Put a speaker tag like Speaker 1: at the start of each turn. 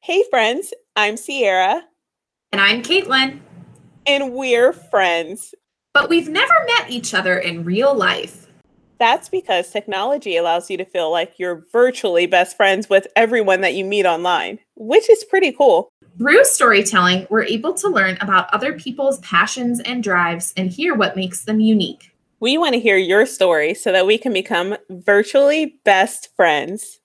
Speaker 1: Hey, friends, I'm Sierra,
Speaker 2: And I'm Caitlin,
Speaker 1: and we're friends.
Speaker 2: but we've never met each other in real life.
Speaker 1: That's because technology allows you to feel like you're virtually best friends with everyone that you meet online, which is pretty cool.
Speaker 2: Through storytelling, we're able to learn about other people's passions and drives and hear what makes them unique.
Speaker 1: We want to hear your story so that we can become virtually best friends.